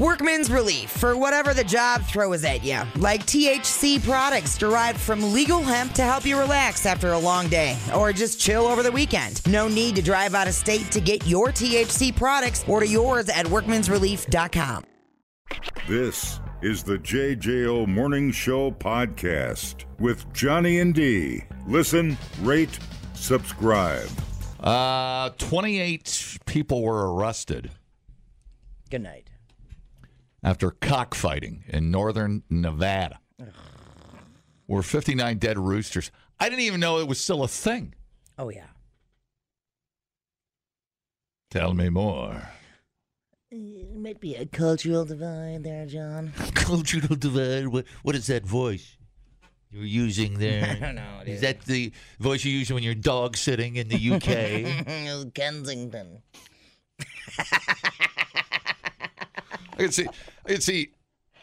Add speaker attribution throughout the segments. Speaker 1: Workman's Relief for whatever the job throws at you, like THC products derived from legal hemp to help you relax after a long day or just chill over the weekend. No need to drive out of state to get your THC products. Order yours at workmansrelief.com.
Speaker 2: This is the JJO Morning Show podcast with Johnny and D. Listen, rate, subscribe.
Speaker 3: Uh, 28 people were arrested
Speaker 1: Good night.
Speaker 3: after cockfighting in northern Nevada. Were 59 dead roosters. I didn't even know it was still a thing.
Speaker 1: Oh, yeah.
Speaker 3: Tell me more.
Speaker 4: It might be a cultural divide there, John.
Speaker 5: cultural divide. What, what is that voice you're using there?
Speaker 4: I don't know,
Speaker 5: Is that the voice you use when you're dog sitting in the UK?
Speaker 1: Oh,
Speaker 4: Kensington.
Speaker 3: I can see, I can see,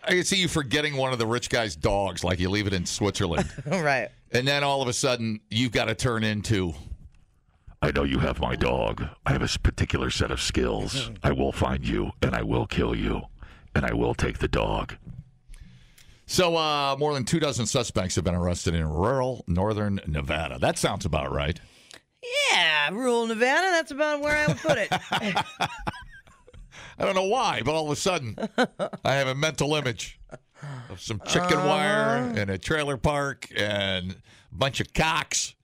Speaker 3: I can see you forgetting one of the rich guy's dogs, like you leave it in Switzerland,
Speaker 1: right.
Speaker 3: and then all of a sudden you've got to turn into.
Speaker 6: I know you have my dog. I have a s- particular set of skills. I will find you and I will kill you and I will take the dog.
Speaker 3: So, uh, more than two dozen suspects have been arrested in rural northern Nevada. That sounds about right.
Speaker 1: Yeah, rural Nevada, that's about where I would put it.
Speaker 3: I don't know why, but all of a sudden, I have a mental image of some chicken wire and a trailer park and a bunch of cocks.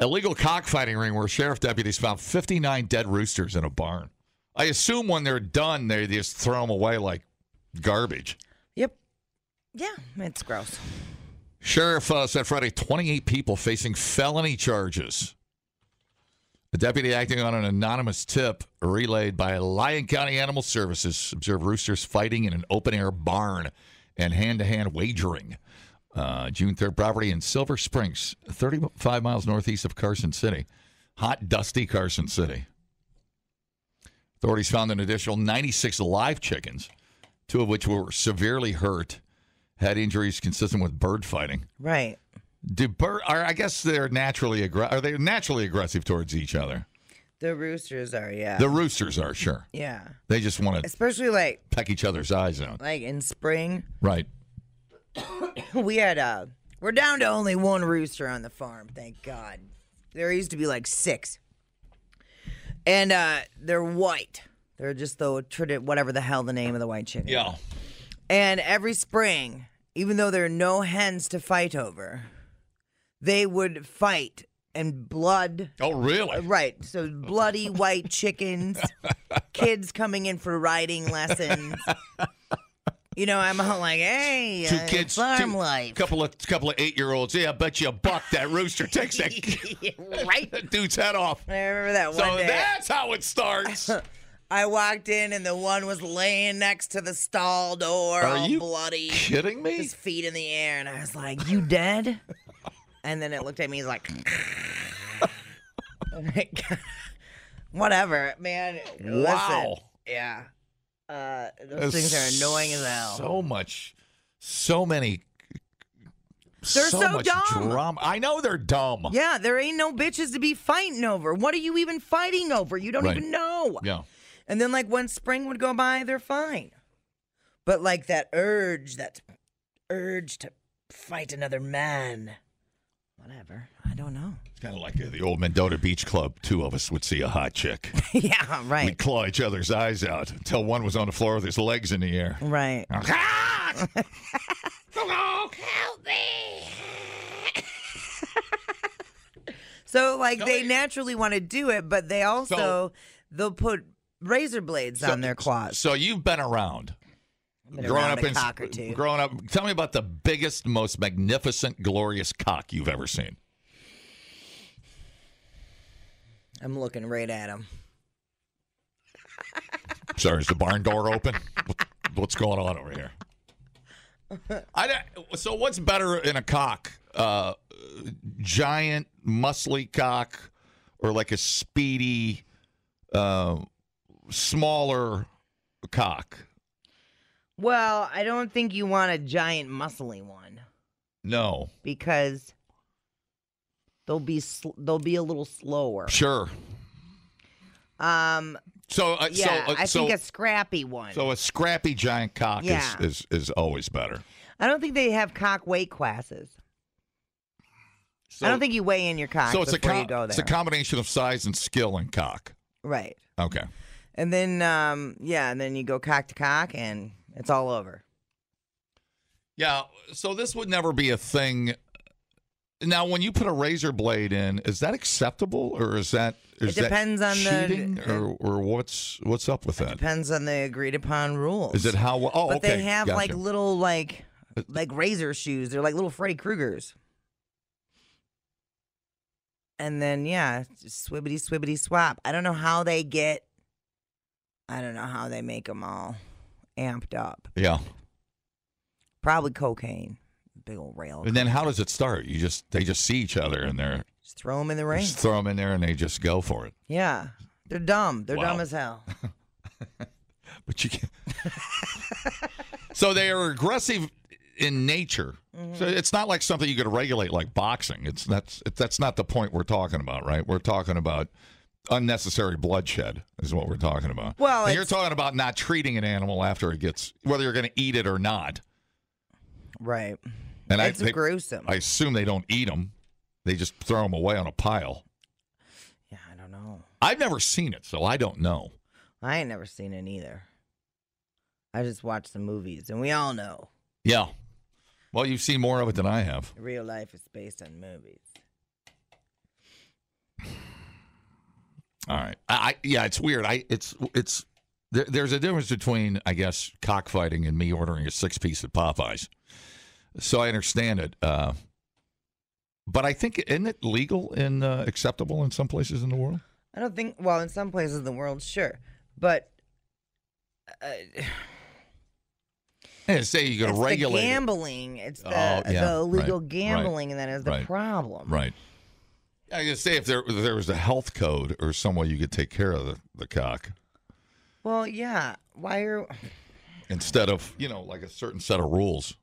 Speaker 3: Illegal cockfighting ring where sheriff deputies found 59 dead roosters in a barn. I assume when they're done, they just throw them away like garbage.
Speaker 1: yep. Yeah, it's gross.
Speaker 3: Sheriff uh, said Friday 28 people facing felony charges. The deputy acting on an anonymous tip relayed by Lyon County Animal Services observed roosters fighting in an open air barn and hand to hand wagering. Uh, June 3rd property in Silver Springs, 35 miles northeast of Carson City. Hot, dusty Carson City. Authorities found an additional 96 live chickens, two of which were severely hurt, had injuries consistent with bird fighting.
Speaker 1: Right.
Speaker 3: Do bird? Are, I guess they're naturally aggra- Are they naturally aggressive towards each other?
Speaker 1: The roosters are, yeah.
Speaker 3: The roosters are sure.
Speaker 1: yeah.
Speaker 3: They just want to
Speaker 1: Especially like
Speaker 3: peck each other's eyes out.
Speaker 1: like in spring.
Speaker 3: Right.
Speaker 1: we had uh we're down to only one rooster on the farm thank god there used to be like six and uh they're white they're just the tradi- whatever the hell the name of the white chicken
Speaker 3: Yeah.
Speaker 1: and every spring even though there are no hens to fight over they would fight and blood
Speaker 3: Oh, really?
Speaker 1: right so bloody white chickens kids coming in for riding lessons you know i'm all like hey
Speaker 3: Two
Speaker 1: uh,
Speaker 3: kids,
Speaker 1: farm
Speaker 3: two-
Speaker 1: life
Speaker 3: couple of couple of eight year olds. Yeah, I bet you a buck that rooster takes that,
Speaker 1: right
Speaker 3: that dude's head off.
Speaker 1: I remember that
Speaker 3: So
Speaker 1: one day.
Speaker 3: that's how it starts.
Speaker 1: I walked in and the one was laying next to the stall door,
Speaker 3: Are
Speaker 1: all
Speaker 3: you
Speaker 1: Oh, bloody,
Speaker 3: Kidding me?
Speaker 1: his feet in the air, and I was like, "You dead?" and then it looked at me. He's like, I'm like, "Whatever, man." Listen,
Speaker 3: Wow.
Speaker 1: yeah. Uh, those things are annoying as hell.
Speaker 3: So much, so many.
Speaker 1: They're so
Speaker 3: much
Speaker 1: dumb.
Speaker 3: Drama. I know they're dumb.
Speaker 1: yeah, there ain't no bitches to be fighting over. What are you even fighting over? You don't
Speaker 3: Right.
Speaker 1: even know.
Speaker 3: Yeah.
Speaker 1: And then like when spring would go by, they're fine. But like that urge, that urge to fight another man. Whatever. I don't know.
Speaker 3: It's kind of like uh, the old Mendota Beach Club. Two of us would see a hot chick.
Speaker 1: yeah,
Speaker 3: We'd
Speaker 1: right.
Speaker 3: claw each other's eyes out until one was on the floor with his legs in the air.
Speaker 1: Right. So like they naturally want to do it, but they also
Speaker 3: So-
Speaker 1: they'll put razor blades on their claws.
Speaker 3: So you've been around.
Speaker 1: Been
Speaker 3: growing
Speaker 1: around
Speaker 3: up
Speaker 1: a
Speaker 3: in
Speaker 1: cock or two.
Speaker 3: growing up, tell me about the biggest, most magnificent, glorious cock you've ever seen.
Speaker 1: I'm looking right at them.
Speaker 3: Sorry, is the barn door open? What- What's going on over here? I don't- so what's better in a cock? Uh, giant, muscly cock, or like a speedy, uh, smaller cock?
Speaker 1: Well, I don't think you want a giant muscly one
Speaker 3: No,
Speaker 1: because they'll be sl- they'll be a little slower.
Speaker 3: sure.
Speaker 1: Um,
Speaker 3: So, uh,
Speaker 1: Yeah,
Speaker 3: so, uh,
Speaker 1: I
Speaker 3: so,
Speaker 1: think a scrappy one.
Speaker 3: so a scrappy giant cock
Speaker 1: Yeah.
Speaker 3: is, is is always better.
Speaker 1: I don't think they have cock weight classes.
Speaker 3: So,
Speaker 1: I don't think you weigh in your cock
Speaker 3: so. It's a
Speaker 1: before
Speaker 3: com-
Speaker 1: you go there.
Speaker 3: it's a combination of size and skill and cock.
Speaker 1: right.
Speaker 3: Okay.
Speaker 1: And then, um, yeah, and then you go cock to cock, and it's all over.
Speaker 3: Yeah. So this would never be a thing. Now, when you put a razor blade in, is that acceptable, or is that is that
Speaker 1: depends on the-
Speaker 3: cheating, or or what's what's up with that?
Speaker 1: Depends on the agreed upon rules.
Speaker 3: Is it how? Oh,
Speaker 1: But
Speaker 3: okay.
Speaker 1: they have like
Speaker 3: gotcha. Uh,
Speaker 1: little like like razor shoes. They're like little Freddy Krueger's. And then yeah, it's just swibbity swibbity swap. I don't know how they get. I don't know how they make them all amped up.
Speaker 3: yeah.
Speaker 1: Probably cocaine. Big old rail.
Speaker 3: And then how does it start? You just they just see each other and they're
Speaker 1: Just throw them in the ring.
Speaker 3: just throw them in there and they just go for it.
Speaker 1: Yeah, they're dumb. They're dumb
Speaker 3: Wow.
Speaker 1: as hell.
Speaker 3: But you can't. so they are aggressive in nature.
Speaker 1: Mm-hmm.
Speaker 3: So it's not like something you could regulate like boxing. It's that's it, that's not the point we're talking about, right? We're talking about unnecessary bloodshed is what we're talking about.
Speaker 1: Well,
Speaker 3: and you're
Speaker 1: it's-
Speaker 3: talking about not treating an animal after it gets whether you're going to eat it or not.
Speaker 1: Right.
Speaker 3: And
Speaker 1: It's
Speaker 3: I they-
Speaker 1: gruesome.
Speaker 3: I assume they don't eat them. They just throw them away on a pile.
Speaker 1: yeah, I don't know.
Speaker 3: I've never seen it, so I don't know.
Speaker 1: I ain't never seen it either. I just watched the movies, and we all know
Speaker 3: Yeah. Well, you've seen more of it than I have.
Speaker 1: real life is based on movies.
Speaker 3: All right. I, I yeah, it's weird. I it's it's there, there's a difference between I guess cockfighting and me ordering a six piece at Popeyes. So I understand it, uh, but I think isn't it legal and uh, acceptable in some places in the world?
Speaker 1: I don't think. Well, in some places in the world, sure, but uh,
Speaker 3: And say you got
Speaker 1: it's
Speaker 3: to
Speaker 1: the
Speaker 3: regulate. it.
Speaker 1: gambling. It's the,
Speaker 3: Oh, yeah,
Speaker 1: the illegal
Speaker 3: right,
Speaker 1: gambling that is the
Speaker 3: right,
Speaker 1: problem.
Speaker 3: Right. I guess say if there if there was a health code or some way you could take care of the, the cock
Speaker 1: Well, yeah. Why are
Speaker 3: instead of you know like a certain set of rules.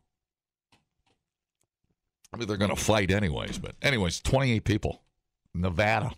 Speaker 3: I mean, they're going to fight anyways. But anyways, twenty eight people, Nevada.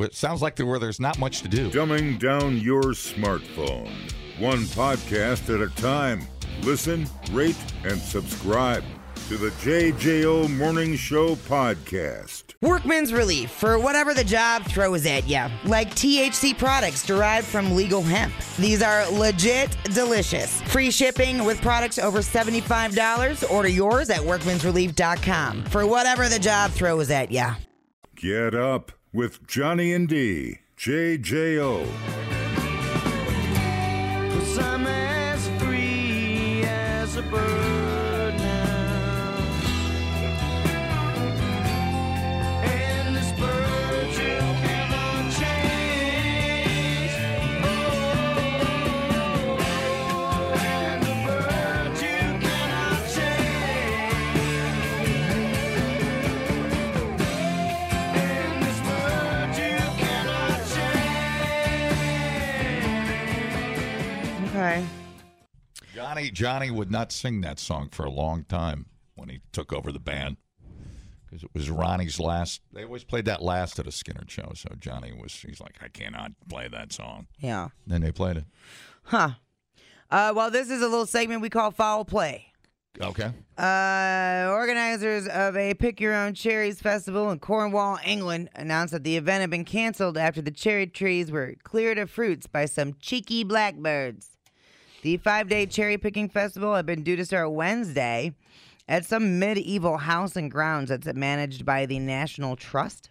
Speaker 3: It sounds like there where there's not much to do.
Speaker 2: Dumbing down your smartphone. One podcast at a time. Listen, rate, and subscribe to the JJO Morning Show podcast.
Speaker 1: Workman's Relief for whatever the job throws at you, like THC products derived from legal hemp. These are legit delicious. Free shipping with products over $75. Order yours at workmansrelief.com for whatever the job throws at you.
Speaker 2: Get up with Johnny and D. JJO.
Speaker 7: I'm as free as a bird now. And this bird you cannot change. Oh, and the bird you cannot change. And this bird you cannot change.
Speaker 1: Okay.
Speaker 3: Johnny Johnny would not sing that song for a long time when he took over the band because it was Ronnie's last. They always played that last at a Skinner show. So Johnny was he's like I cannot play that song.
Speaker 1: Yeah.
Speaker 3: Then they played it.
Speaker 1: Huh. Uh, well, this is a little segment we call Foul Play.
Speaker 3: Okay.
Speaker 1: Uh, organizers of a Pick Your Own Cherries festival in Cornwall, England, announced that the event had been canceled after the cherry trees were cleared of fruits by some cheeky blackbirds. The five day cherry picking festival had been due to start Wednesday at some medieval house and grounds that's managed by the National Trust.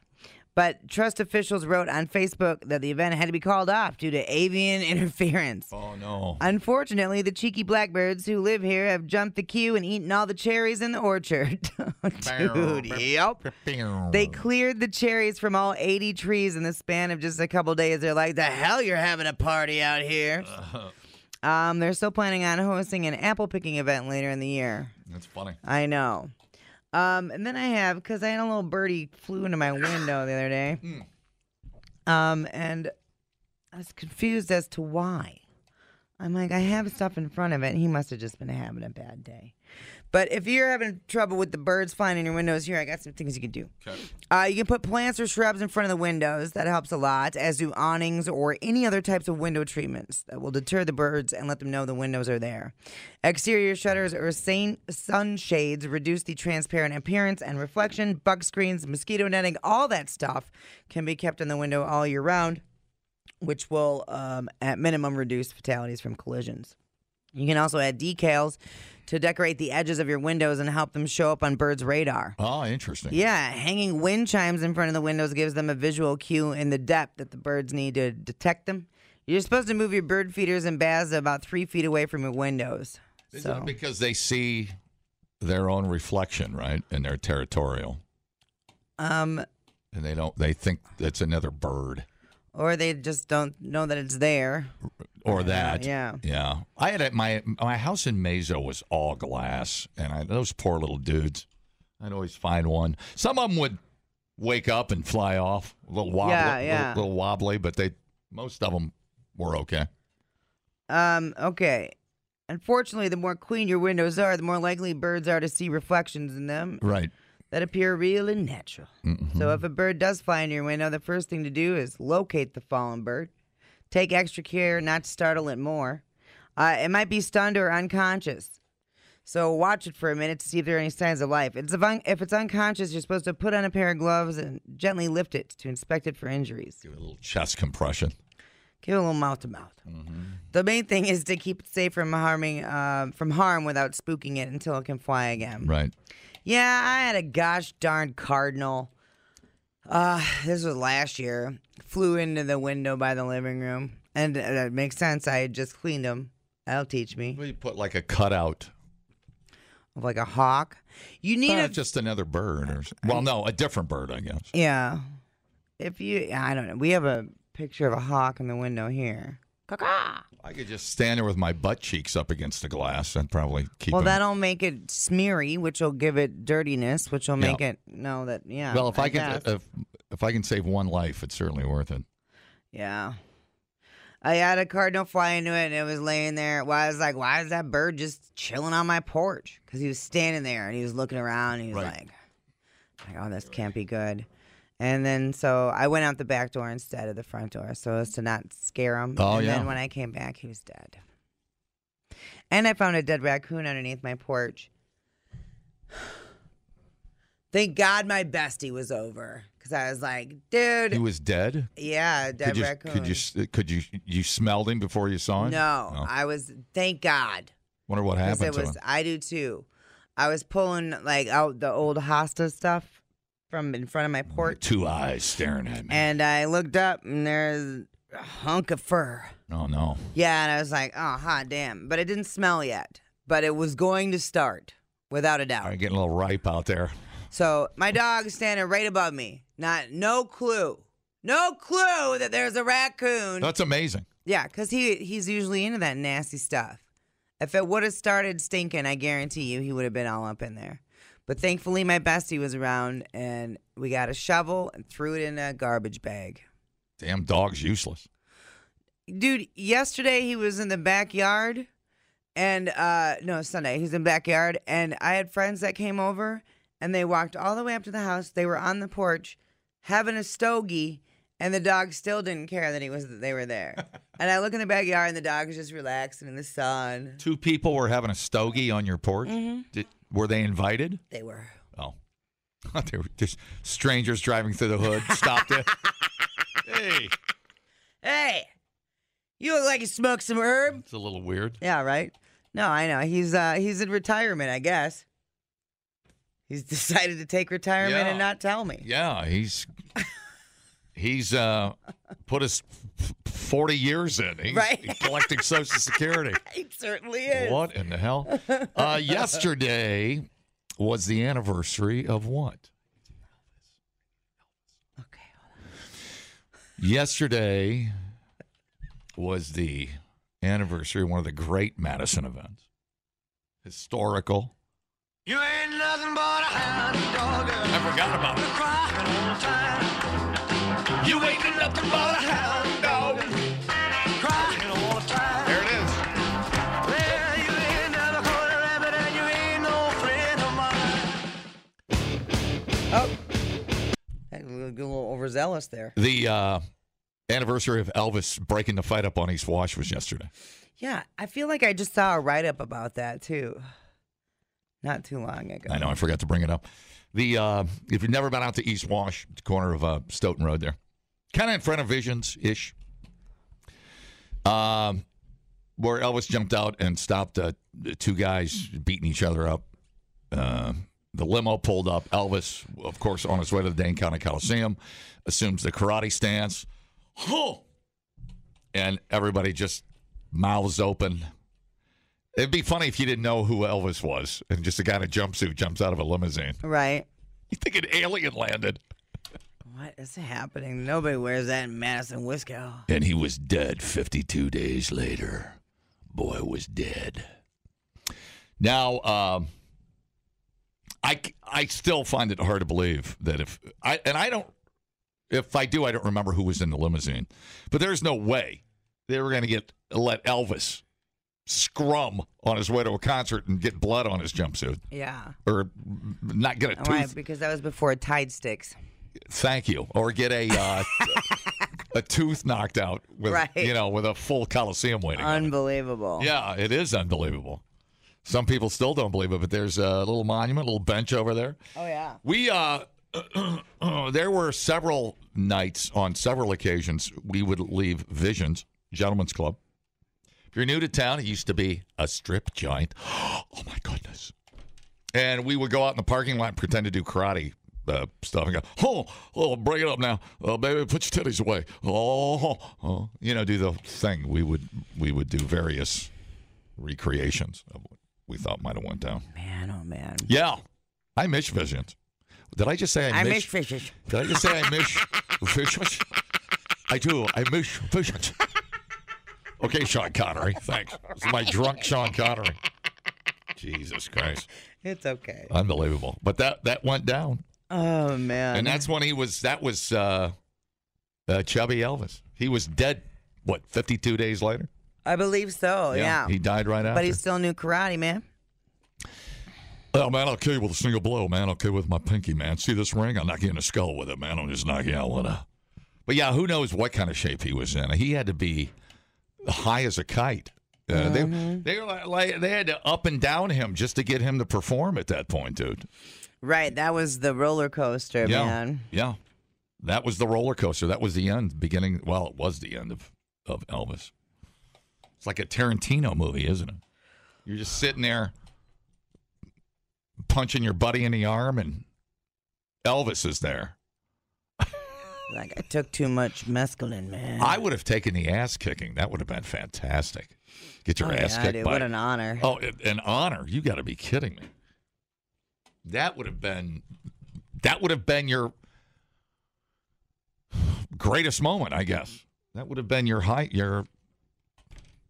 Speaker 1: But trust officials wrote on Facebook that the event had to be called off due to avian interference.
Speaker 3: Oh no.
Speaker 1: Unfortunately, the cheeky blackbirds who live here have jumped the queue and eaten all the cherries in the orchard. Dude, yep. They cleared the cherries from all 80 trees in the span of just a couple days. They're like, the hell you're having a party out here. Um, they're still planning on hosting an apple picking event later in the year.
Speaker 3: That's funny.
Speaker 1: I know. Um, and then I have because I had a little birdie flew into my window the other day. Um, and I was confused as to why. I'm like, I have stuff in front of it. He must have just been having a bad day. But if you're having trouble with the birds flying in your windows, here I got some things you can do. Uh, you can put plants or shrubs in front of the windows. That helps a lot, as do awnings or any other types of window treatments that will deter the birds and let them know the windows are there. Exterior shutters or sun sunshades reduce the transparent appearance and reflection. Bug screens, mosquito netting, all that stuff can be kept in the window all year round which will, um, at minimum, reduce fatalities from collisions. You can also add decals to decorate the edges of your windows and help them show up on birds' radar.
Speaker 3: Oh, interesting.
Speaker 1: Yeah, hanging wind chimes in front of the windows gives them a visual cue in the depth that the birds need to detect them. You're supposed to move your bird feeders and baths about three feet away from your windows.
Speaker 3: Is
Speaker 1: So,
Speaker 3: that because they see their own reflection, right? And they're territorial.
Speaker 1: um,
Speaker 3: And they don't they think that's another bird.
Speaker 1: or they just don't know that it's there.
Speaker 3: Or that.
Speaker 1: yeah.
Speaker 3: Yeah. I had a, my my house in Mesa was all glass and I, those poor little dudes. I'd always find one. Some of them would wake up and fly off, a little wobbly,
Speaker 1: Yeah,
Speaker 3: little-
Speaker 1: yeah.
Speaker 3: Little, wobbly, but they most of them were okay.
Speaker 1: Um, okay. Unfortunately, the more clean your windows are, the more likely birds are to see reflections in them
Speaker 3: Right.
Speaker 1: that appear real and natural. So if a bird does fly into your window, the first thing to do is locate the fallen bird. Take extra care not to startle it more. Uh, it might be stunned or unconscious. So watch it for a minute to see if there are any signs of life. It's if, un- if it's unconscious, you're supposed to put on a pair of gloves and gently lift it to inspect it for injuries.
Speaker 3: Give it a little chest compression.
Speaker 1: Give it a little mouth to mouth. The main thing is to keep it safe from harming, uh, from harm without spooking it until it can fly again.
Speaker 3: Right.
Speaker 1: Yeah, I had a gosh darn cardinal. Uh, this was last year. Flew into the window by the living room, and uh, that makes sense. I had just cleaned him. That'll teach me.
Speaker 3: We put like a cutout
Speaker 1: Of like a hawk, you need
Speaker 3: Uh,
Speaker 1: a
Speaker 3: just another bird, or s- well, no, a different bird, I guess.
Speaker 1: yeah. If you, I don't know. We have a picture of a hawk in the window here.
Speaker 3: I could just stand there with my butt cheeks up against the glass and probably keep.
Speaker 1: Well,
Speaker 3: him-
Speaker 1: that'll make it smeary, which will give it dirtiness, which will make it no that yeah.
Speaker 3: well, if I, can,
Speaker 1: guess.
Speaker 3: if, if I can save one life, it's certainly worth it.
Speaker 1: yeah. I had a cardinal fly into it, and it was laying there. Well, I was like, "Why is that bird just chilling on my porch?" Because he was standing there and he was looking around. And he was
Speaker 3: Right.
Speaker 1: like, "Like, oh, this can't be good." And then so I went out the back door instead of the front door, so as to not scare him.
Speaker 3: Oh,
Speaker 1: and
Speaker 3: yeah.
Speaker 1: then when I came back, he was dead. And I found a dead raccoon underneath my porch. Thank God my bestie was over because I was like, dude,
Speaker 3: He was dead.
Speaker 1: yeah, dead
Speaker 3: could you?
Speaker 1: raccoon.
Speaker 3: Could you? s- Could you? You smelled him before you saw
Speaker 1: no,
Speaker 3: him?
Speaker 1: I was. Thank God.
Speaker 3: Wonder what
Speaker 1: Because
Speaker 3: happened
Speaker 1: it
Speaker 3: to
Speaker 1: was.
Speaker 3: him.
Speaker 1: I do too. I was pulling like out the old hosta stuff from in front of my porch,
Speaker 3: Two eyes staring at me.
Speaker 1: and I looked up and there's a hunk of fur.
Speaker 3: oh no!
Speaker 1: Yeah, and I was like, oh, hot damn. But it didn't smell yet. But it was going to start, without a doubt.
Speaker 3: All right, getting a little ripe out there.
Speaker 1: So my dog's standing right above me. Not no clue. No clue that there's a raccoon.
Speaker 3: That's amazing.
Speaker 1: Yeah, because he he's usually into that nasty stuff. If it would have started stinking, I guarantee you he would have been all up in there. But thankfully my bestie was around and we got a shovel and threw it in a garbage bag.
Speaker 3: Damn, dog's useless.
Speaker 1: dude yesterday he was in the backyard and uh no sunday he was in the backyard and i had friends that came over and they walked all the way up to the house they were on the porch having a stogie and the dog still didn't care that he was that they were there and i look in the backyard and the dog is just relaxing in the sun
Speaker 3: Two people were having a stogie on your porch.
Speaker 1: Mm-hmm.
Speaker 3: Did, were they invited?
Speaker 1: they were
Speaker 3: Oh. they were just strangers driving through the hood, stopped it. hey.
Speaker 1: hey you look like you smoked some herb
Speaker 3: It's a little weird.
Speaker 1: yeah right no i know he's uh he's in retirement i guess he's decided to take retirement
Speaker 3: Yeah.
Speaker 1: and not tell me
Speaker 3: Yeah, he's he's uh put his f- 40 years in. He's
Speaker 1: Right.
Speaker 3: collecting social security.
Speaker 1: It certainly is.
Speaker 3: What in the hell? Uh yesterday was the anniversary of what?
Speaker 1: Okay.
Speaker 3: Yesterday was the anniversary of one of the great Madison events. Historical.
Speaker 7: You ain't nothing but a hound dog.
Speaker 3: I forgot about it.
Speaker 7: Crying all the time. You ain't nothing but a hound dog. Crying all the time.
Speaker 3: There it is.
Speaker 1: overzealous there.
Speaker 3: The uh, anniversary of Elvis breaking the fight up on East Wash was yesterday.
Speaker 1: Yeah, I feel like I just saw a write up about that too. Not too long ago.
Speaker 3: I know I forgot to bring it up. The uh, if you've never been out to East Wash, the corner of uh, Stoughton Road, there, kind of in front of Visions ish, um, where Elvis jumped out and stopped uh, the two guys beating each other up. Uh, the limo pulled up. Elvis, of course, on his way to the Dane County Coliseum, assumes the karate stance. Huh! And everybody just mouths open. It'd be funny if you didn't know who Elvis was and just a guy in a jumpsuit jumps out of a limousine.
Speaker 1: Right.
Speaker 3: You think an alien landed.
Speaker 1: What is happening? Nobody wears that in Madison, Wisco.
Speaker 3: And he was dead 52 days later. Boy was dead. Now, um, I, c- I still find it hard to believe that if I, and I don't, if I do, I don't remember who was in the limousine, but there's no way they were going to get, let Elvis scrum on his way to a concert and get blood on his jumpsuit
Speaker 1: Yeah.
Speaker 3: or not get a
Speaker 1: All
Speaker 3: tooth
Speaker 1: right, because that was before Tide Sticks.
Speaker 3: Thank you. Or get a uh, a tooth knocked out with
Speaker 1: Right.
Speaker 3: you know with a full coliseum waiting. on it.
Speaker 1: Unbelievable.
Speaker 3: yeah, it is unbelievable. Some people still don't believe it, but there's a little monument, a little bench over there.
Speaker 1: Oh yeah.
Speaker 3: We uh, there were several nights on several occasions we would leave Visions Gentlemen's Club. If you're new to town, it used to be a strip joint. Oh my goodness! And we would go out in the parking lot and pretend to do karate. Uh, stuff and go, oh, oh, bring it up now, oh, baby, put your titties away, oh, oh, you know, do the thing. We would, we would do various recreations of what we thought might have went down.
Speaker 1: Man, oh man.
Speaker 3: Yeah. I miss visions. Did I just say I,
Speaker 1: I miss
Speaker 3: miss?
Speaker 1: fishes.
Speaker 3: Did I just say I miss visions? I do. I miss visions. Okay, Sean Connery. Thanks. It's my drunk Sean Connery. Jesus Christ.
Speaker 1: It's okay.
Speaker 3: Unbelievable. But that that went down.
Speaker 1: Oh man.
Speaker 3: And that's when he was that was uh, uh chubby Elvis. He was dead what, 52 days later?
Speaker 1: I believe so. Yeah.
Speaker 3: He died right after.
Speaker 1: but he still knew karate, man.
Speaker 3: Oh man, I'll kill you with a single blow, man. I'll kill you with my pinky, man. See this ring? I'll knock you in the skull with it, man. I'll just knock you out with it. But yeah, who knows what kind of shape he was in? He had to be high as a kite. Uh, They they were like, like they had to up and down him just to get him to perform at that point, dude.
Speaker 1: Right. That was the roller coaster,
Speaker 3: Yeah,
Speaker 1: man.
Speaker 3: yeah. That was the roller coaster. That was the end, beginning. Well, it was the end of of Elvis. It's like a Tarantino movie, isn't it? You're just sitting there punching your buddy in the arm, and Elvis is there.
Speaker 1: Like I took too much mescaline, man.
Speaker 3: I would have taken the ass kicking. That would have been fantastic. Get your
Speaker 1: oh,
Speaker 3: ass
Speaker 1: yeah,
Speaker 3: kicked
Speaker 1: dude,
Speaker 3: by
Speaker 1: What an honor.
Speaker 3: oh, a- an honor. You got to be kidding me. That would have been that would have been your greatest moment, I guess. That would have been your height, your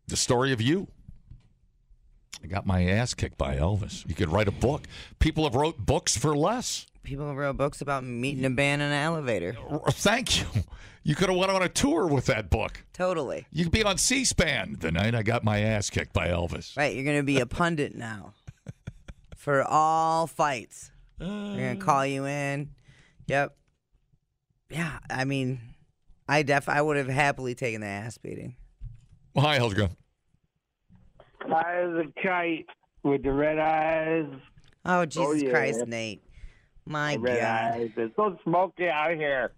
Speaker 3: the story of you. I got my ass kicked by Elvis. You could write a book. People have wrote books for less.
Speaker 1: People wrote books about meeting a band in an elevator.
Speaker 3: R- Thank you. You could have went on a tour with that book.
Speaker 1: Totally.
Speaker 3: You could be on C-SPAN the night I got my ass kicked by Elvis.
Speaker 1: Right. You're gonna be a pundit now for all fights. They're gonna call you in. Yep. Yeah. I mean, I def I would have happily taken the ass beating.
Speaker 3: Hi, how's it going?
Speaker 8: high as a kite with the red eyes,
Speaker 1: Oh Jesus
Speaker 8: yeah.
Speaker 1: Christ, Nate. My
Speaker 8: red
Speaker 1: God.
Speaker 8: eyes. It's so smoky out here.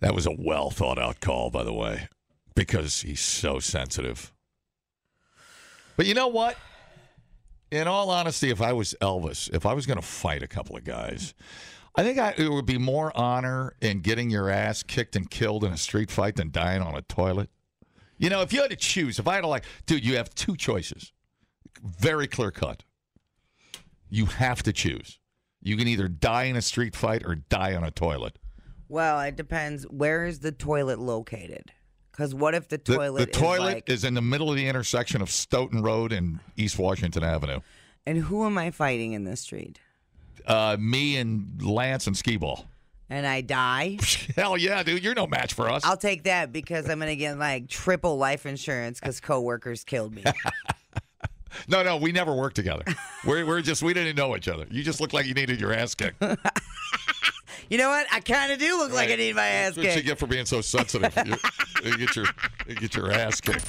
Speaker 3: That was a well thought out call, by the way, because he's so sensitive. But you know what? In all honesty, if I was Elvis, if I was going to fight a couple of guys, I think I, it would be more honor in getting your ass kicked and killed in a street fight than dying on a toilet. You know, if you had to choose, if I had to like, dude, you have two choices, very clear cut. You have to choose. You can either die in a street fight or die on a toilet.
Speaker 1: Well, it depends. Where is the toilet located? Because what if the
Speaker 3: The-
Speaker 1: toilet
Speaker 3: The, toilet
Speaker 1: is, like,
Speaker 3: is in the middle of the intersection of Stoughton Road and East Washington Avenue.
Speaker 1: and who am I fighting in this street?
Speaker 3: Uh, me and Lance and Skee Ball.
Speaker 1: And I die?
Speaker 3: Hell yeah, dude! You're no match for us.
Speaker 1: I'll take that because I'm gonna get like triple life insurance because coworkers killed me.
Speaker 3: No, no, we never worked together. We're, we're just, we didn't know each other. You just looked like you needed your ass kicked. That's
Speaker 1: You know what? I kind of do look like I need my ass
Speaker 3: what you
Speaker 1: kicked.
Speaker 3: get for being so sensitive. You, you get your, you get your ass kicked.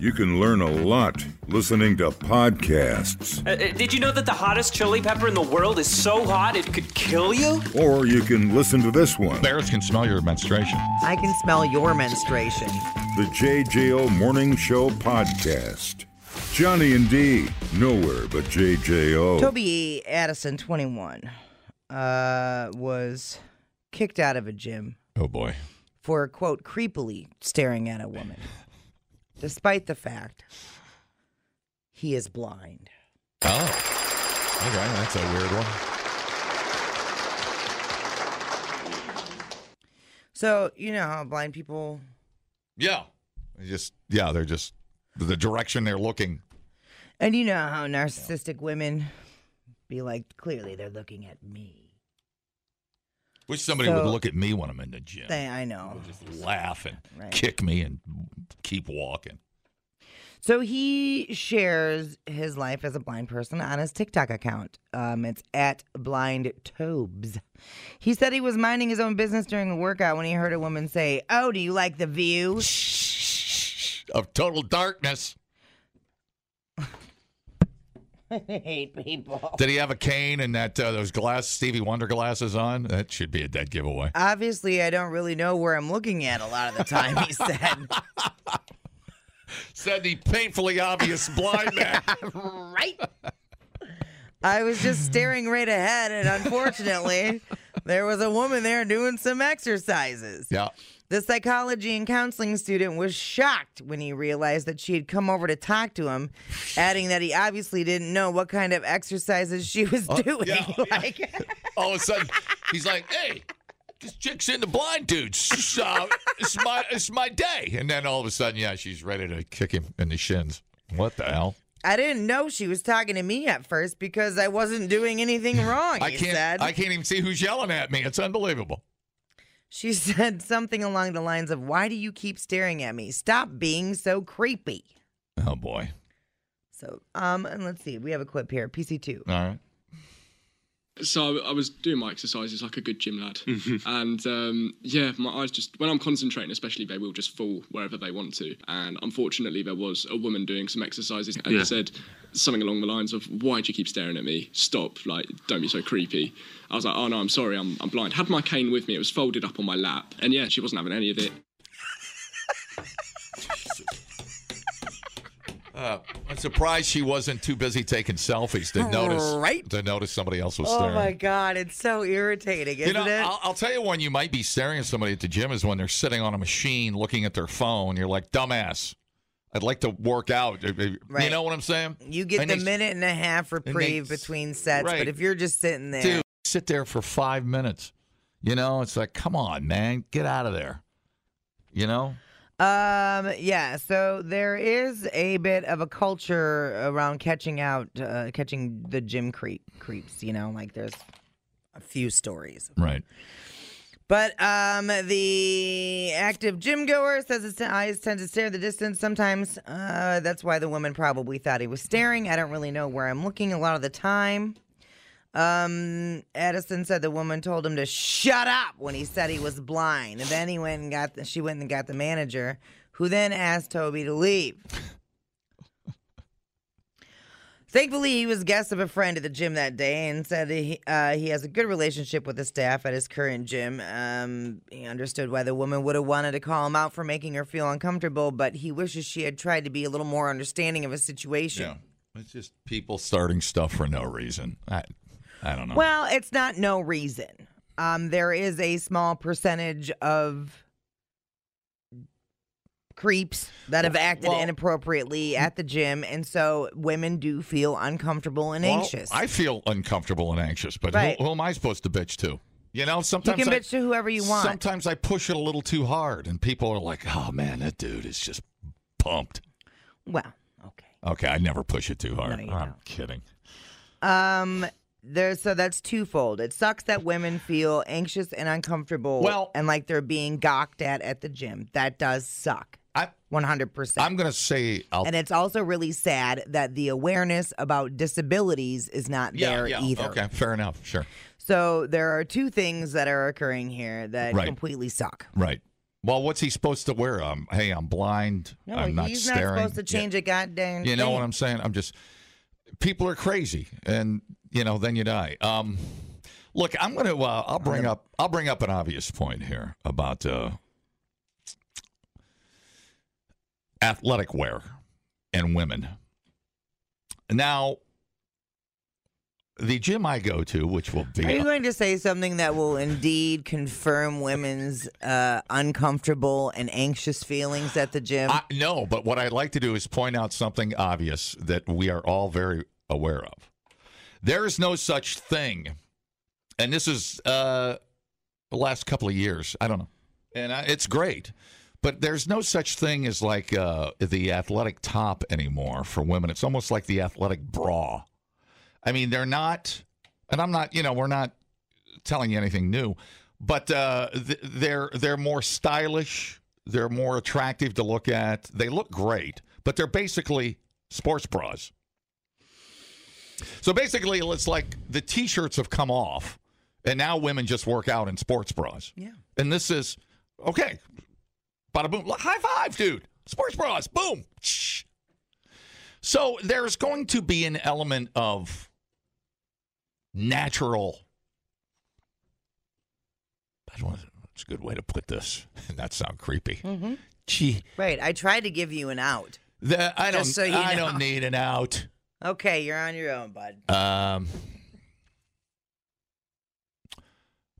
Speaker 2: You can learn a lot listening to podcasts,
Speaker 9: Uh, uh, did you know that the hottest chili pepper in the world is so hot it could kill you?
Speaker 2: or you can listen to this one.
Speaker 3: Bears can smell your menstruation.
Speaker 1: I can smell your menstruation.
Speaker 2: The JJO Morning Show Podcast. Johnny and Dee, nowhere but JJO.
Speaker 1: Toby Addison, 21, uh, was kicked out of a gym
Speaker 3: Oh boy.
Speaker 1: for, quote, creepily staring at a woman, despite the fact he is blind.
Speaker 3: Oh. Okay, that's a weird one.
Speaker 1: So, you know how blind people.
Speaker 3: Yeah. They just, yeah, they're just, the direction they're looking.
Speaker 1: And you know how narcissistic women be like, clearly they're looking at me.
Speaker 3: Wish somebody would
Speaker 1: So-
Speaker 3: look at me when I'm in the gym.
Speaker 1: They, I know.
Speaker 3: Just laugh and
Speaker 1: Right.
Speaker 3: kick me and keep walking.
Speaker 1: So he shares his life as a blind person on his TikTok account. Um, it's at Blind Tobes. He said he was minding his own business during a workout when he heard a woman say, "Oh, do you like the view?"
Speaker 3: Of total darkness.
Speaker 1: I hate people.
Speaker 3: Did he have a cane and that uh, those glass Stevie Wonder glasses on? That should be a dead giveaway.
Speaker 1: Obviously, I don't really know where I'm looking at a lot of the time. He said,
Speaker 3: Said the painfully obvious blind man.
Speaker 1: "Right." I was just staring right ahead, and unfortunately, there was a woman there doing some exercises.
Speaker 3: yeah.
Speaker 1: The psychology and counseling student was shocked when he realized that she had come over to talk to him, adding that he obviously didn't know what kind of exercises she was doing.
Speaker 3: Oh, yeah, yeah.
Speaker 1: like,
Speaker 3: All of a sudden, he's like, "Hey, this chick's into blind dudes. Uh, it's my it's my day." And then all of a sudden, yeah, she's ready to kick him in the shins. What the hell?
Speaker 1: I didn't know she was talking to me at first because I wasn't doing anything wrong.
Speaker 3: I
Speaker 1: he
Speaker 3: can't
Speaker 1: said.
Speaker 3: I can't even see who's yelling at me. It's unbelievable.
Speaker 1: She said something along the lines of, "Why do you keep staring at me? Stop being so creepy."
Speaker 3: Oh boy.
Speaker 1: So, um, and let's see, we have a clip here, PC two.
Speaker 3: All right.
Speaker 10: So I, I was doing my exercises like a good gym lad, and um, yeah, my eyes just when I'm concentrating, especially they will just fall wherever they want to. And unfortunately, there was a woman doing some exercises and
Speaker 6: Yeah.
Speaker 10: said something along the lines of, "Why do you keep staring at me? Stop! Like, don't be so creepy." I was like, "Oh no, I'm sorry, I'm, I'm blind." Had my cane with me, it was folded up on my lap, and yeah, she wasn't having any of it.
Speaker 3: I'm surprised she wasn't too busy taking selfies to notice
Speaker 1: Right.
Speaker 3: to notice somebody else was
Speaker 1: Oh
Speaker 3: staring.
Speaker 1: my god, it's so irritating, isn't
Speaker 3: You know,
Speaker 1: it?
Speaker 3: I'll, I'll tell you one you might be staring at somebody at the gym is when they're sitting on a machine looking at their phone. You're like, dumbass, I'd like to work out. Uh, You
Speaker 1: Right.
Speaker 3: know what I'm saying?
Speaker 1: You get
Speaker 3: And
Speaker 1: the
Speaker 3: they-
Speaker 1: minute and a half reprieve
Speaker 3: s-
Speaker 1: between sets,
Speaker 3: right.
Speaker 1: but if you're just sitting there,
Speaker 3: Dude, sit there for five minutes. You know, it's like, come on, man, get out of there. You know?
Speaker 1: um, yeah. So there is a bit of a culture around catching out, uh, catching the gym creep creeps. You know, like there's a few stories,
Speaker 3: Right.
Speaker 1: but um, the active gym goer says his eyes tend to stare the distance sometimes. Uh, that's why the woman probably thought he was staring. I don't really know where I'm looking a lot of the time. Um, Edison said the woman told him to shut up when he said he was blind, and then he went and got the, she went and got the manager, who then asked Toby to leave. Thankfully, he was guest of a friend at the gym that day and said he, uh, he has a good relationship with the staff at his current gym. Um, he understood why the woman would have wanted to call him out for making her feel uncomfortable, but he wishes she had tried to be a little more understanding of his situation.
Speaker 3: Yeah. It's just people starting stuff for no reason. I, I don't know.
Speaker 1: Well, it's not no reason. Um, there is a small percentage of creeps that have acted
Speaker 3: Well-
Speaker 1: inappropriately at the gym, and so women do feel uncomfortable and
Speaker 3: Well,
Speaker 1: anxious.
Speaker 3: I feel uncomfortable and anxious, but
Speaker 1: Right.
Speaker 3: who, who am I supposed to bitch to? You know,
Speaker 1: you
Speaker 3: sometimes
Speaker 1: can
Speaker 3: I,
Speaker 1: bitch to whoever you want.
Speaker 3: Sometimes I push it a little too hard, and people are like, "Oh man, that dude is just pumped."
Speaker 1: well, okay.
Speaker 3: Okay, I never push it too hard.
Speaker 1: No, you
Speaker 3: I'm
Speaker 1: don't.
Speaker 3: kidding.
Speaker 1: Um, there. So that's twofold. It sucks that women feel anxious and uncomfortable,
Speaker 3: Well-
Speaker 1: and like they're being gawked at at the gym. That does suck. One hundred percent.
Speaker 3: I'm going to say I'll.
Speaker 1: And it's also really sad that the awareness about disabilities is not
Speaker 3: yeah,
Speaker 1: there
Speaker 3: yeah,
Speaker 1: either.
Speaker 3: Okay, fair enough. Sure.
Speaker 1: So there are two things that are occurring here that
Speaker 3: Right.
Speaker 1: completely suck.
Speaker 3: Right. Well, what's he supposed to wear? Um, hey, I'm blind.
Speaker 1: No,
Speaker 3: I'm not
Speaker 1: he's
Speaker 3: staring.
Speaker 1: not supposed to change a goddamn.
Speaker 3: You know
Speaker 1: thing.
Speaker 3: what I'm saying? I'm just people are crazy, and you know, then you die. Um, look, I'm gonna uh, I'll bring up I'll bring up an obvious point here about uh, athletic wear and women. Now, the gym I go to, which will be
Speaker 1: Are you going to say something that will indeed confirm women's uh, uncomfortable and anxious feelings at the gym?
Speaker 3: I, no, but what I'd like to do is point out something obvious that we are all very aware of. There is no such thing, and this is uh, the last couple of years. I don't know, and I, it's great, but there's no such thing as like uh, the athletic top anymore for women. It's almost like the athletic bra. I mean, they're not, and I'm not. You know, we're not telling you anything new, but uh, th- they're they're more stylish. They're more attractive to look at. They look great, but they're basically sports bras. So basically, it's like the t-shirts have come off, and now women just work out in sports bras.
Speaker 1: Yeah.
Speaker 3: And this is okay. Bada boom! High five, dude! Sports bras, boom! Shh. So there's going to be an element of natural I don't. It's a good way to put this. Not sound creepy.
Speaker 1: Hmm.
Speaker 3: Gee,
Speaker 1: Right. I tried to give you an out.
Speaker 3: the, I don't.
Speaker 1: Just so you
Speaker 3: I
Speaker 1: know.
Speaker 3: don't need an out.
Speaker 1: Okay, you're on your own, bud.
Speaker 3: Um,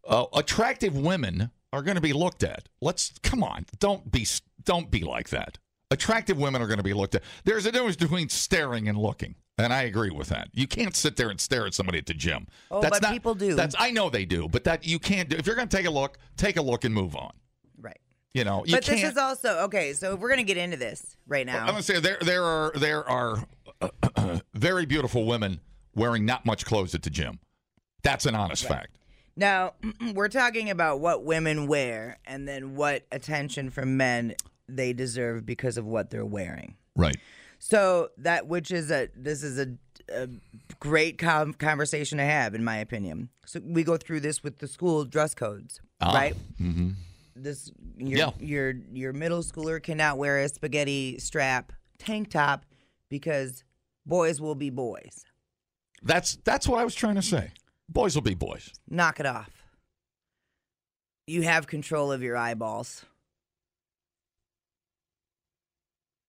Speaker 3: oh, attractive women are going to be looked at. Let's come on. Don't be. Don't be like that. Attractive women are going to be looked at. There's a difference between staring and looking, and I agree with that. You can't sit there and stare at somebody at the gym.
Speaker 1: Oh, but people do.
Speaker 3: That's I know they do, but that you can't do. If you're going to take a look, take a look and move on.
Speaker 1: Right.
Speaker 3: You know, you
Speaker 1: but
Speaker 3: can't.
Speaker 1: this is also okay. So if we're gonna get into this right now.
Speaker 3: I'm gonna say there there are there are very beautiful women wearing not much clothes at the gym. That's an honest fact.
Speaker 1: now we're talking about what women wear and then what attention from men they deserve because of what they're wearing.
Speaker 3: Right.
Speaker 1: So that which is a this is a, a great com- conversation to have, in my opinion. So we go through this with the school dress codes,
Speaker 3: Ah,
Speaker 1: right? Mm-hmm. This your
Speaker 3: Yeah.
Speaker 1: your your middle schooler cannot wear a spaghetti strap tank top because boys will be boys.
Speaker 3: That's that's what I was trying to say. Boys will be boys.
Speaker 1: Knock it off. You have control of your eyeballs.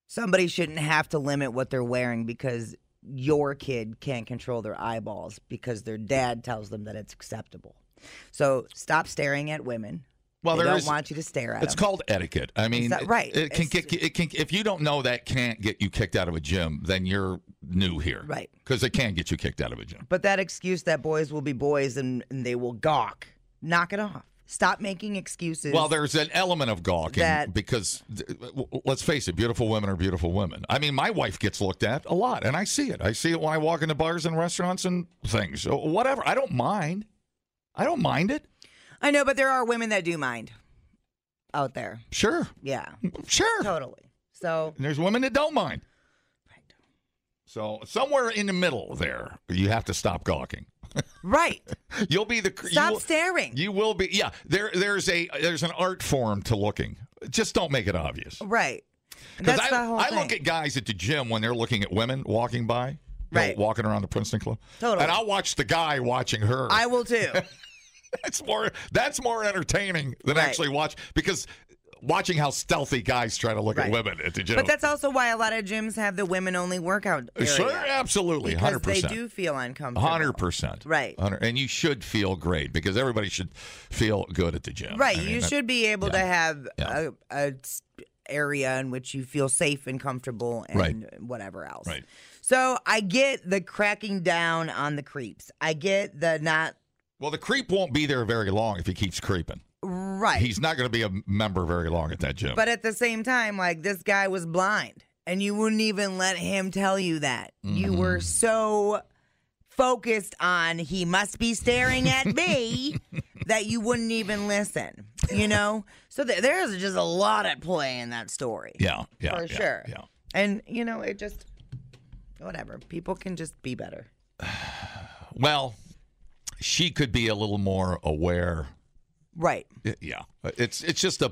Speaker 1: Somebody shouldn't have to limit what they're wearing because your kid can't control their eyeballs because their dad tells them that it's acceptable. So stop staring at women.
Speaker 3: Well,
Speaker 1: they
Speaker 3: there
Speaker 1: don't
Speaker 3: is-
Speaker 1: want you to stare at
Speaker 3: It's
Speaker 1: them.
Speaker 3: called etiquette. I mean,
Speaker 1: that right?
Speaker 3: It, it can
Speaker 1: It's-
Speaker 3: get it can if you don't know that can't get you kicked out of a gym, then you're new here,
Speaker 1: Right.
Speaker 3: Because it can get you kicked out of a gym.
Speaker 1: But that excuse that boys will be boys and, and they will gawk. Knock it off. Stop making excuses.
Speaker 3: Well, there's an element of gawking
Speaker 1: That-
Speaker 3: because th- w- w- let's face it, beautiful women are beautiful women. I mean, my wife gets looked at a lot, and I see it. I see it when I walk into bars and restaurants and things. So whatever, I don't mind. I don't mind it.
Speaker 1: I know, but there are women that do mind out there.
Speaker 3: Sure,
Speaker 1: Yeah.
Speaker 3: sure.
Speaker 1: Totally. So
Speaker 3: And there's women that don't mind. So somewhere in the middle there, you have to stop gawking.
Speaker 1: right,
Speaker 3: You'll be the cr- you
Speaker 1: stop
Speaker 3: will-
Speaker 1: staring.
Speaker 3: You will be. Yeah, there. There's a there's an art form to looking. Just don't make it obvious.
Speaker 1: right,
Speaker 3: Because
Speaker 1: that's
Speaker 3: I,
Speaker 1: the whole
Speaker 3: I
Speaker 1: thing.
Speaker 3: look at guys at the gym when they're looking at women walking by, you know,
Speaker 1: Right.
Speaker 3: walking around the Princeton Club,
Speaker 1: Totally.
Speaker 3: and I'll watch the guy watching her.
Speaker 1: I will too.
Speaker 3: that's more that's more entertaining than
Speaker 1: Right.
Speaker 3: actually watch because watching how stealthy guys try to look
Speaker 1: Right.
Speaker 3: at women at the gym.
Speaker 1: but that's also why a lot of gyms have the women-only workout area.
Speaker 3: sure, absolutely,
Speaker 1: because
Speaker 3: hundred
Speaker 1: they
Speaker 3: percent.
Speaker 1: do feel uncomfortable.
Speaker 3: Hundred uh, percent,
Speaker 1: Right.
Speaker 3: 100. And you should feel great because everybody should feel good at the gym.
Speaker 1: Right,
Speaker 3: I mean,
Speaker 1: you
Speaker 3: that-
Speaker 1: should be able to
Speaker 3: yeah,
Speaker 1: have
Speaker 3: yeah.
Speaker 1: a, a s- area in which you feel safe and comfortable and
Speaker 3: Right.
Speaker 1: whatever else.
Speaker 3: Right.
Speaker 1: So I get the cracking down on the creeps. I get the not
Speaker 3: Well, the creep won't be there very long if he keeps creeping.
Speaker 1: right.
Speaker 3: He's not going to be a member very long at that gym.
Speaker 1: But at the same time, like this guy was blind, and you wouldn't even let him tell you that.
Speaker 3: Mm-hmm.
Speaker 1: You were so focused on he must be staring at me that you wouldn't even listen, you know? so th- there's just a lot at play in that story.
Speaker 3: Yeah, yeah,
Speaker 1: For
Speaker 3: yeah,
Speaker 1: sure.
Speaker 3: yeah.
Speaker 1: And, you know, it just, whatever. People can just be better.
Speaker 3: Well, she could be a little more aware.
Speaker 1: Right.
Speaker 3: Y- Yeah, it's it's just a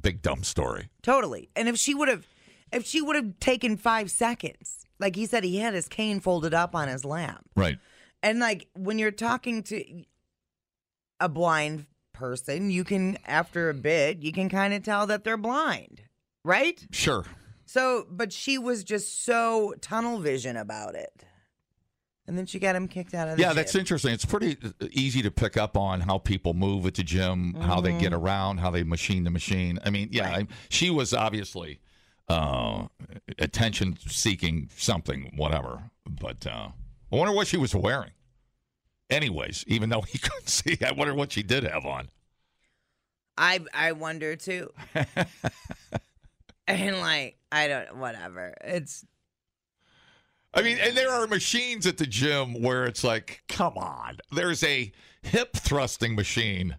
Speaker 3: big dumb story.
Speaker 1: Totally. And if she would have, if she would have taken five seconds, like he said, he had his cane folded up on his lap.
Speaker 3: Right.
Speaker 1: And like when you're talking to a blind person, you can, after a bit, you can kind of tell that they're blind, right?
Speaker 3: Sure.
Speaker 1: So, but she was just so tunnel vision about it. And then she got him kicked out of the
Speaker 3: Yeah,
Speaker 1: gym.
Speaker 3: that's interesting. It's pretty uh, easy to pick up on how people move at the gym, how they get around, how they machine the machine. I mean, yeah, I, she was obviously uh, attention seeking something, whatever. But uh, I wonder what she was wearing. Anyways, even though he couldn't see, I wonder what she did have on.
Speaker 1: I I wonder too. and like I don't whatever. It's
Speaker 3: I mean, and there are machines at the gym where it's like, come on, there's a hip thrusting machine.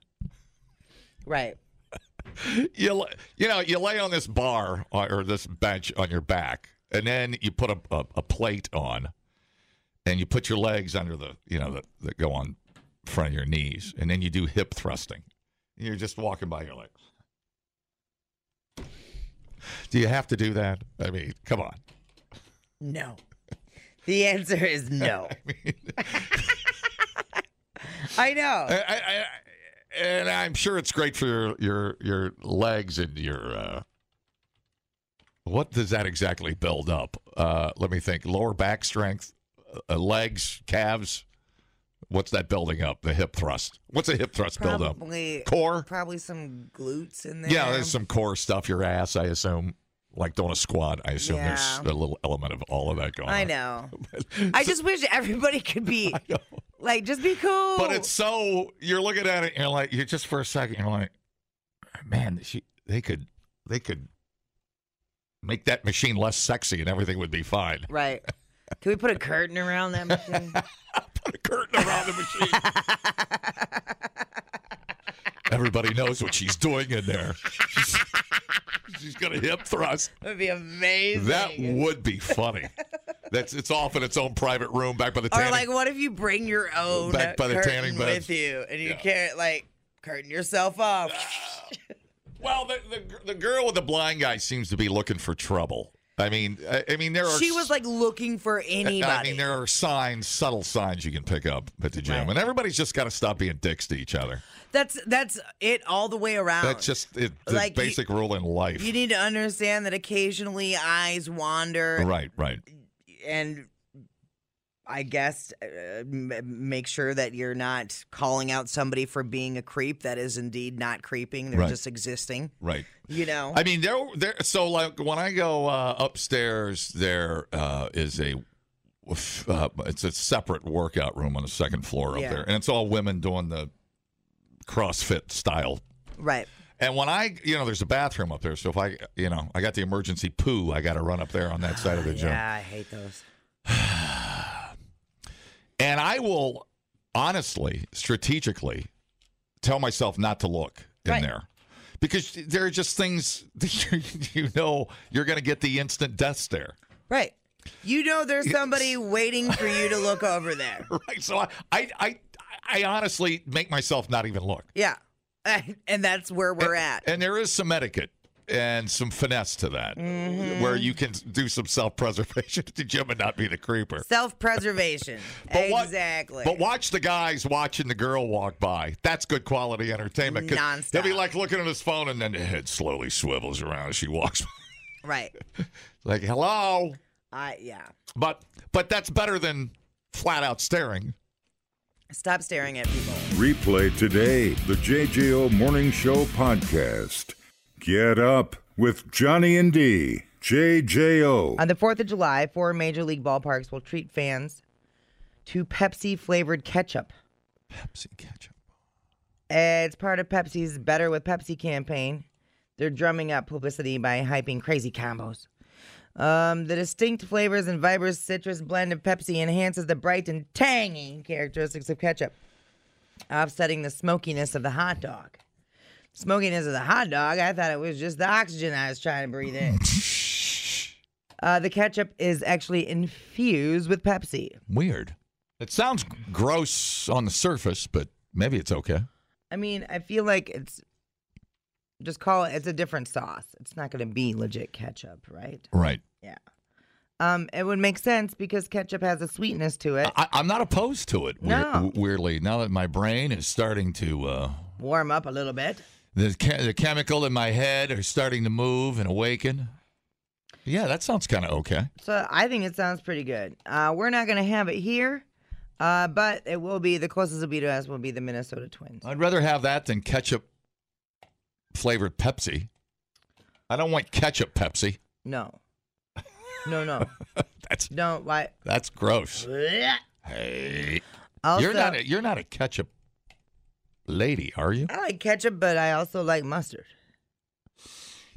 Speaker 1: right.
Speaker 3: You l- you know, you lay on this bar or or this bench on your back, and then you put a, a, a plate on, and you put your legs under the you know that that go on front of your knees, and then you do hip thrusting. You're just walking by, you're like, do you have to do that? I mean, come on.
Speaker 1: No. The answer is no. I know.
Speaker 3: I, I, I, and I'm sure it's great for your your your legs and your. Uh, what does that exactly build up? Uh, let me think. Lower back strength, uh, legs, calves. What's that building up? The hip thrust. What's a hip thrust build up?
Speaker 1: Probably
Speaker 3: Core?
Speaker 1: Probably some glutes in there.
Speaker 3: Yeah, there's some core stuff. Your ass, I assume. Like doing a squat, I assume
Speaker 1: Yeah.
Speaker 3: there's a little element of all of that going on.
Speaker 1: I know. I just wish everybody could be like just be cool.
Speaker 3: But it's so you're looking at it, and you're like, you're just for a second, you're like, man, she, they could, they could make that machine less sexy, and everything would be fine.
Speaker 1: right. Can we put a curtain around that machine?
Speaker 3: Put a curtain around the machine. Everybody knows what she's doing in there. She's, she's gonna hip thrust.
Speaker 1: It would be amazing.
Speaker 3: That would be funny. That's it's off in its own private room back by the
Speaker 1: Or
Speaker 3: tanning.
Speaker 1: like, what if you bring your own
Speaker 3: Back by the
Speaker 1: curtain
Speaker 3: tanning beds.
Speaker 1: with you, and you can't like curtain yourself off?
Speaker 3: well, the, the gr- the girl with the blind guy seems to be looking for trouble. I mean, I, I mean, there are
Speaker 1: she was like looking for anybody.
Speaker 3: I mean, there are signs, subtle signs you can pick up at the gym, and everybody's just got to stop being dicks to each other.
Speaker 1: that's that's it all the way around.
Speaker 3: That's just it, the
Speaker 1: Oh. Like, you-
Speaker 3: basic rule in life.
Speaker 1: you need to understand that occasionally eyes wander,
Speaker 3: right, right.
Speaker 1: and I guess uh, m- make sure that you're not calling out somebody for being a creep that is indeed not creeping; they're
Speaker 3: Right.
Speaker 1: just existing.
Speaker 3: Right.
Speaker 1: You know,
Speaker 3: I mean, there, there. So, like, when I go uh, upstairs, there uh, is a, uh, it's a separate workout room on the second floor up
Speaker 1: Yeah.
Speaker 3: there, and it's all women doing the CrossFit style.
Speaker 1: right?
Speaker 3: And when I, you know, there's a bathroom up there, so if I, you know, I got the emergency poo, I got to run up there on that side of the gym.
Speaker 1: Yeah, I hate those.
Speaker 3: And I will honestly, strategically tell myself not to look in
Speaker 1: Right.
Speaker 3: there because there are just things that you, you know you're going to get the instant death stare.
Speaker 1: Right. You know there's somebody waiting for you to look over there.
Speaker 3: Right. So I, I, I, I honestly make myself not even look.
Speaker 1: Yeah. And that's where we're at.
Speaker 3: And there is some etiquette and some finesse to that
Speaker 1: Mm-hmm.
Speaker 3: where you can do some self preservation at the gym and not be the creeper.
Speaker 1: Self preservation.
Speaker 3: wa-
Speaker 1: Exactly.
Speaker 3: but watch the guys watching the girl walk by. That's good quality entertainment. 'cause
Speaker 1: Nonstop.
Speaker 3: He'll be like looking at his phone, and then the head slowly swivels around as she walks. by.
Speaker 1: Right.
Speaker 3: like hello,
Speaker 1: I yeah.
Speaker 3: but but that's better than flat out staring.
Speaker 1: Stop staring at people.
Speaker 2: Replay today the JJO Morning Show podcast. Get up with Johnny and D. JJO.
Speaker 1: On the 4th of July, four major league ballparks will treat fans to Pepsi flavored ketchup.
Speaker 3: Pepsi ketchup.
Speaker 1: It's part of Pepsi's Better with Pepsi campaign. They're drumming up publicity by hyping crazy combos. Um, the distinct flavors and vibrant citrus blend of Pepsi enhances the bright and tangy characteristics of ketchup. upsetting the smokiness of the hot dog. Smokiness of the hot dog, I thought it was just the oxygen I was trying to breathe in. Uh, the ketchup is actually infused with Pepsi.
Speaker 3: Weird. It sounds gross on the surface, but maybe it's okay.
Speaker 1: I mean, I feel like it's just call it. It's a different sauce. It's not going to be legit ketchup, right?
Speaker 3: Right.
Speaker 1: Yeah. Um, it would make sense because ketchup has a sweetness to it.
Speaker 3: I, I'm not opposed to it. weir-
Speaker 1: No.
Speaker 3: Weirdly, now that my brain is starting to, uh,
Speaker 1: Warm up a little bit.
Speaker 3: the che- the chemical in my head are starting to move and awaken. Yeah, that sounds kind of okay.
Speaker 1: So I think it sounds pretty good. Uh, we're not going to have it here, uh, but it will be the closest it'll be to us will be the Minnesota Twins.
Speaker 3: I'd rather have that than ketchup flavored Pepsi. I don't want ketchup Pepsi.
Speaker 1: No, no, no,
Speaker 3: That's
Speaker 1: no. Why?
Speaker 3: that's gross.
Speaker 1: Blech.
Speaker 3: Hey,
Speaker 1: Also,
Speaker 3: you're not a, you're not a ketchup lady, are you?
Speaker 1: I like ketchup, but I also like mustard.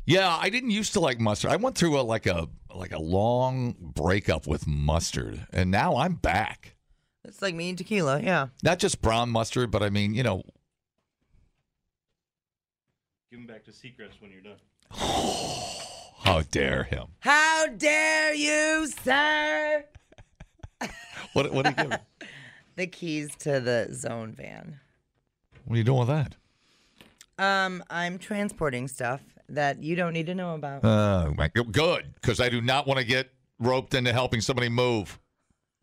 Speaker 3: Yeah, I didn't used to like mustard. I went through a like a like a long breakup with mustard, and now I'm back.
Speaker 1: It's like me and tequila. Yeah.
Speaker 3: Not just brown mustard, but I mean, you know,
Speaker 11: Give them back to Seacrest when you're done.
Speaker 3: how dare him?
Speaker 1: How dare you, sir?
Speaker 3: What what do you give? him?
Speaker 1: The keys to the zone van.
Speaker 3: What are you doing with that?
Speaker 1: Um, I'm transporting stuff that you don't need to know about.
Speaker 3: Oh my go- good, because I do not want to get roped into helping somebody move.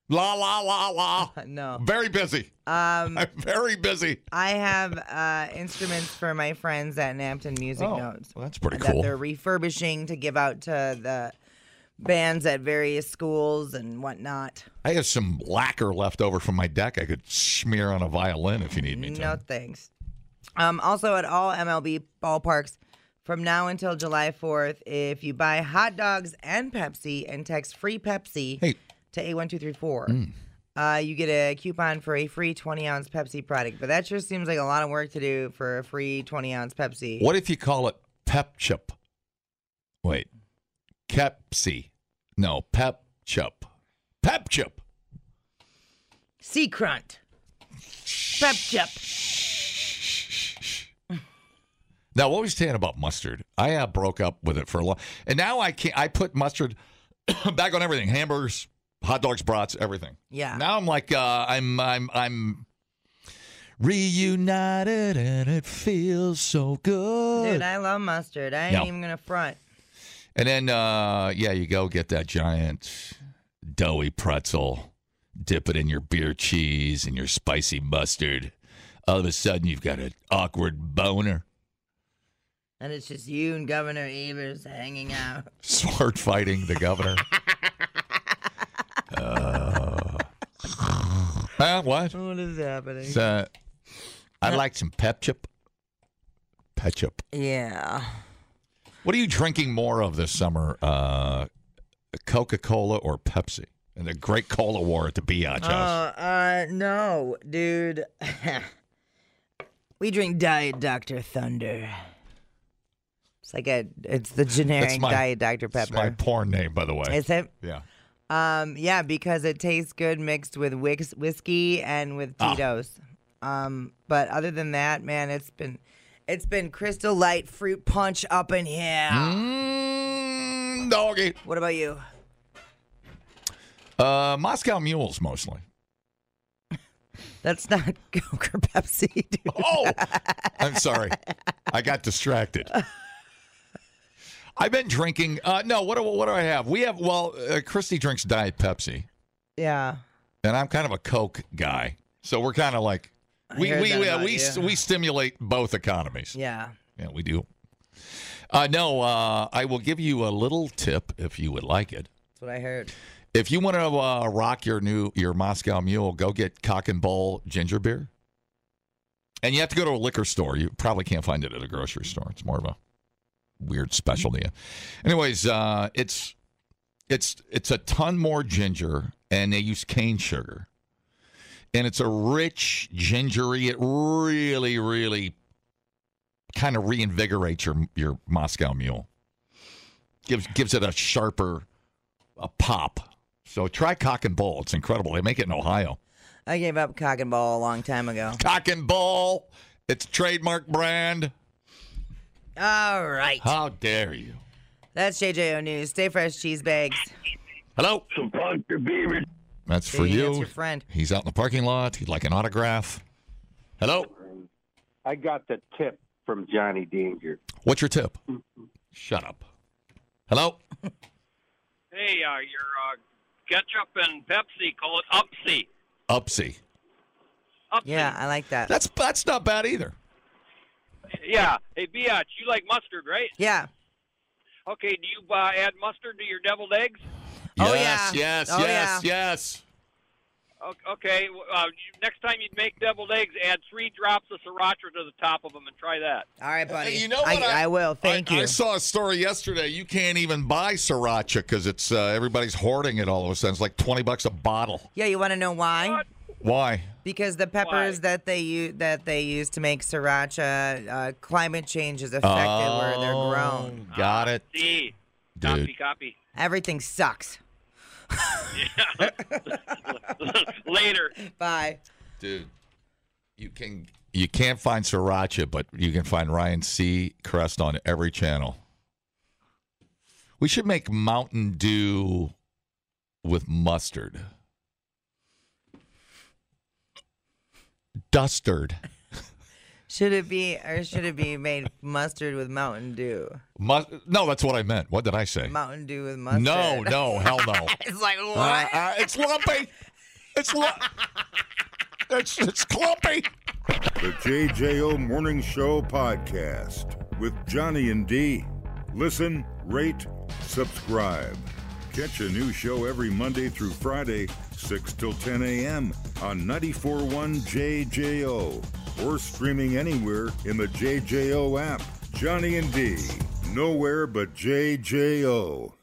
Speaker 3: La la la la.
Speaker 1: no.
Speaker 3: Very busy.
Speaker 1: Um,
Speaker 3: I'm very busy.
Speaker 1: I have uh, instruments for my friends at Nampton Music
Speaker 3: Oh,
Speaker 1: Notes.
Speaker 3: well, that's pretty
Speaker 1: That
Speaker 3: cool.
Speaker 1: they're refurbishing to give out to the bands at various schools and whatnot.
Speaker 3: I have some lacquer left over from my deck. I could smear on a violin if you need me to.
Speaker 1: No thanks. Um, also, at all MLB ballparks, from now until July 4th, if you buy hot dogs and Pepsi and text free Pepsi
Speaker 3: Hey.
Speaker 1: to 81234,
Speaker 3: Mm.
Speaker 1: uh, you get a coupon for a free 20 ounce Pepsi product. But that sure seems like a lot of work to do for a free 20 ounce Pepsi.
Speaker 3: What if you call it pep chup? Wait, Kepsi? No, pep chup. Pep chup.
Speaker 1: Sea Crunt. Pep Chup.
Speaker 3: Now, what were you saying about mustard? I uh, broke up with it for a long, and now I can't. I put mustard back on everything: hamburgers, hot dogs, brats, everything.
Speaker 1: Yeah.
Speaker 3: Now I'm like, uh, I'm, I'm, I'm reunited, and it feels so good.
Speaker 1: Dude, I love mustard. I ain't
Speaker 3: No.
Speaker 1: even going to front.
Speaker 3: and then, uh, yeah, you go get that giant doughy pretzel, dip it in your beer cheese and your spicy mustard. All of a sudden, you've got an awkward boner.
Speaker 1: And it's just you and Governor Evers hanging out.
Speaker 3: sword fighting the governor. Uh, uh, what?
Speaker 1: What is happening?
Speaker 3: So, I'd like some pep chip. Pep chip.
Speaker 1: yeah.
Speaker 3: What are you drinking more of this summer? Uh, Coca Cola or Pepsi? And the great cola war at the Biatch House.
Speaker 1: Uh, uh, no, dude. we drink Diet Dr. Thunder. It's like a, it's the generic
Speaker 3: my-
Speaker 1: Diet Dr.
Speaker 3: That's my
Speaker 1: Pepper.
Speaker 3: porn name, by the way.
Speaker 1: Is it?
Speaker 3: yeah.
Speaker 1: Um, yeah, because it tastes good mixed with wix- whiskey and with
Speaker 3: Ah.
Speaker 1: Tito's. Um, but other than that, man, it's been, it's been Crystal Light fruit punch up in here.
Speaker 3: Hmm? Mm, doggy.
Speaker 1: What about you?
Speaker 3: Uh, Moscow mules mostly.
Speaker 1: That's not Coke or Pepsi, dude.
Speaker 3: Oh, I'm sorry. I got distracted. I've been drinking. Uh, no, what do, what do I have? We have, well, uh, Christy drinks Diet Pepsi,
Speaker 1: Yeah.
Speaker 3: and I'm kind of a Coke guy. So we're kind of like, we
Speaker 1: heard
Speaker 3: we
Speaker 1: that
Speaker 3: we,
Speaker 1: about
Speaker 3: we,
Speaker 1: you.
Speaker 3: s- we stimulate both economies.
Speaker 1: Yeah.
Speaker 3: Yeah, we do. Uh, no, uh, I will give you a little tip if you would like it.
Speaker 1: That's what I heard.
Speaker 3: If you want to uh, rock your new your Moscow Mule, go get Cock and Bull ginger beer. And you have to go to a liquor store. You probably can't find it at a grocery store. It's more of a weird specialty. Anyways, uh, it's it's it's a ton more ginger, and they use cane sugar, and it's a rich gingery. It really, really kind of reinvigorates your your Moscow Mule. gives gives it a sharper a pop. So try cock and bull. It's incredible. They make it in Ohio.
Speaker 12: I gave up cock and ball a long time ago.
Speaker 3: Cock and ball. It's a trademark brand.
Speaker 12: All right.
Speaker 3: How dare you?
Speaker 12: That's JJO News. Stay fresh, cheese bags.
Speaker 3: Hello.
Speaker 12: Some Dr. Beaver.
Speaker 3: That's for
Speaker 12: See,
Speaker 3: you.
Speaker 12: that's your friend.
Speaker 3: He's out in the parking lot. He'd like an autograph. Hello.
Speaker 8: I got the tip from Johnny Danger.
Speaker 3: What's your tip? Shut up. Hello.
Speaker 10: Hey, uh, your uh, ketchup and Pepsi, call it Upsy.
Speaker 3: Upsy.
Speaker 12: Yeah, I like that.
Speaker 3: That's that's not bad either.
Speaker 10: Yeah. Hey, Biatch, you like mustard, right?
Speaker 12: Yeah.
Speaker 10: Okay, do you uh, add mustard to your deviled eggs?
Speaker 12: Oh,
Speaker 3: yes,
Speaker 12: yeah.
Speaker 3: yes,
Speaker 12: Oh,
Speaker 3: yes,
Speaker 12: yeah.
Speaker 3: yes.
Speaker 10: O- Okay, w- uh, you- next time you make deviled eggs, add three drops of sriracha to the top of them and try that.
Speaker 12: All right, buddy.
Speaker 3: you know what?
Speaker 12: I, will. Thank
Speaker 3: I,
Speaker 12: you.
Speaker 3: I saw a story yesterday. You can't even buy sriracha because it's uh, everybody's hoarding it all of a sudden. It's like twenty bucks a bottle.
Speaker 12: yeah, you want to know why?
Speaker 3: Why?
Speaker 12: Because the peppers that they use that they use to make sriracha, uh, climate change is affected where they're grown.
Speaker 3: Oh, Got it.
Speaker 10: See,
Speaker 3: Dude.
Speaker 10: copy.
Speaker 12: Everything sucks.
Speaker 10: Later.
Speaker 12: Bye.
Speaker 3: Dude. You can You can't find sriracha, but you can find Ryan C. Crest on every channel. We should make Mountain Dew with mustard. Dustard.
Speaker 12: Should it be or should it be made mustard with Mountain Dew?
Speaker 3: Mus- no, that's what I meant. What did I say?
Speaker 12: Mountain Dew with mustard.
Speaker 3: No, no, hell no.
Speaker 12: it's like oh, what?
Speaker 3: Uh, uh, it's lumpy. It's lumpy. It's, it's clumpy.
Speaker 2: The JJO Morning Show podcast with Johnny and D. Listen, rate, subscribe. Catch a new show every Monday through Friday, 6 till 10 a.m. on 94.1 JJO or streaming anywhere in the JJO app. Johnny and D. Nowhere but JJO.